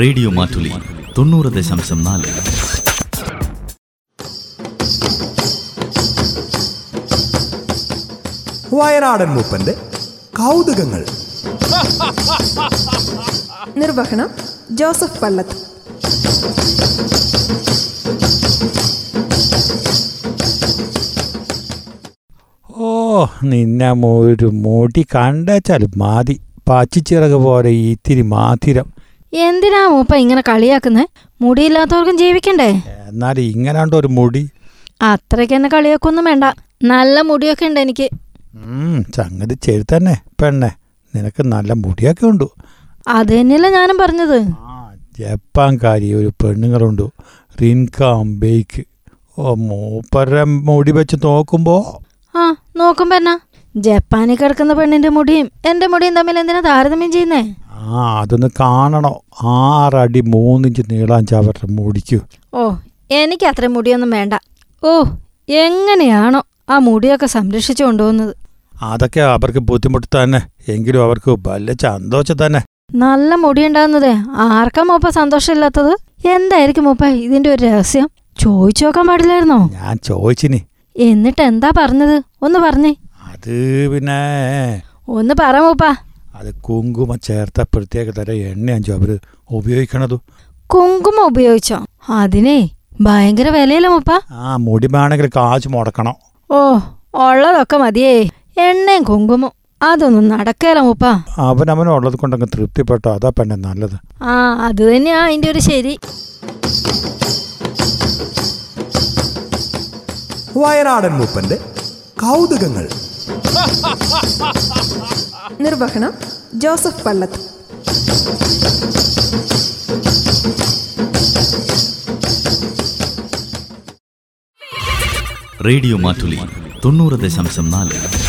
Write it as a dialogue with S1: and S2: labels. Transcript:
S1: radio Mattoli തൊണ്ണൂറ് ദശാംശം നാല്
S2: വയനാടൻ മൂപ്പന്റെ കൗതുകങ്ങൾ
S3: നിർവഹണം ജോസഫ് പള്ളത്ത്
S4: ഓ നിന്നെ മോ- ഒരു മുടി കണ്ടാച്ചാൽ മതി പച്ചിച്ചിറക് പോലെ ഇത്തിരി മാതിരം
S5: എന്തിനാ മൂപ്പ ഇങ്ങനെ കളിയാക്കുന്നേ മുടിയില്ലാത്തവർക്കും ജീവിക്കണ്ടേ
S4: എന്നാൽ ഇങ്ങനാണ്ട് ഒരു മുടി
S5: അത്രയ്ക്ക് എന്നെ കളിയാക്കൊന്നും വേണ്ട നല്ല മുടിയൊക്കെ ഉണ്ട് എനിക്ക്
S4: ഉം, സംഗതി ചെറു തന്നെ പെണ്ണെ നിനക്ക് നല്ല മുടിയൊക്കെ ഉണ്ട്
S5: അത് തന്നെയല്ലേ ഞാനും പറഞ്ഞത്
S4: ആ ജപ്പാൻകാരി ഒരു പെണ്ണുങ്ങളുണ്ട് റിൻകാം ബേക്ക് ഓ മൂപ്പരുടെ മുടി വെച്ച് നോക്കുമ്പോൾ
S5: ആ നോക്കും പെണ്ണ ജപ്പാനിൽ കിടക്കുന്ന പെണ്ണിന്റെ മുടിയും എന്റെ മുടിയും തമ്മിൽ എന്തിനാ താരതമ്യം ചെയ്യുന്നേ
S4: ആ അതൊന്ന് കാണണോ ആറടി മൂന്നിഞ്ച് നീളാഞ്ച് അവരുടെ മുടിക്കൂ
S5: ഓ എനിക്ക് അത്ര മുടിയൊന്നും വേണ്ട ഓ എങ്ങനെയാണോ ആ മുടിയൊക്കെ സംരക്ഷിച്ചു കൊണ്ടുപോകുന്നത്
S4: അതൊക്കെ അവർക്ക് ബുദ്ധിമുട്ട് തന്നെ എങ്കിലും അവർക്ക് വല്ല സന്തോഷം തന്നെ
S5: നല്ല മുടി ഉണ്ടാകുന്നത് ആർക്കാ മൂപ്പ സന്തോഷമില്ലാത്തത് എന്തായിരിക്കും മൂപ്പ ഇതിന്റെ ഒരു രഹസ്യം ചോദിച്ചു നോക്കാൻ പാടില്ലായിരുന്നോ
S4: ഞാൻ ചോദിച്ചിനി
S5: എന്നിട്ട് എന്താ പറഞ്ഞത് ഒന്ന് പറഞ്ഞേ
S4: അത് പിന്നെ
S5: ഒന്ന് പറ മൂപ്പാ
S4: അത് കുങ്കുമ ചേർത്ത പ്രത്യേക തരം എണ്ണയാഞ്ചോ അവർ ഉപയോഗിക്കണത്
S5: കുങ്കുമം ഉപയോഗിച്ചോ അതിനെ ഭയങ്കര വിലയല്ലേ മൂപ്പ
S4: ആ മുടി വേണമെങ്കിൽ കാശ് മുടക്കണം
S5: ഓ ഉള്ളതൊക്കെ മതിയേ എണ്ണയും കുങ്കുമം അതൊന്നും നടക്കേല മൂപ്പ
S4: അവനവനുള്ളത് കൊണ്ടങ്ങ് തൃപ്തിപ്പെട്ടോ അതാ പെണ്ണെ നല്ലത്
S5: ആ അത് തന്നെയാ അതിന്റെ ഒരു ശരി
S2: വയനാടൻ മൂപ്പന്റെ കൗതുകങ്ങൾ
S3: നിർവഹണം ജോസഫ് പള്ളത്ത്
S1: റേഡിയോ മാറ്റുലി തൊണ്ണൂറ് ദശാംശം നാല്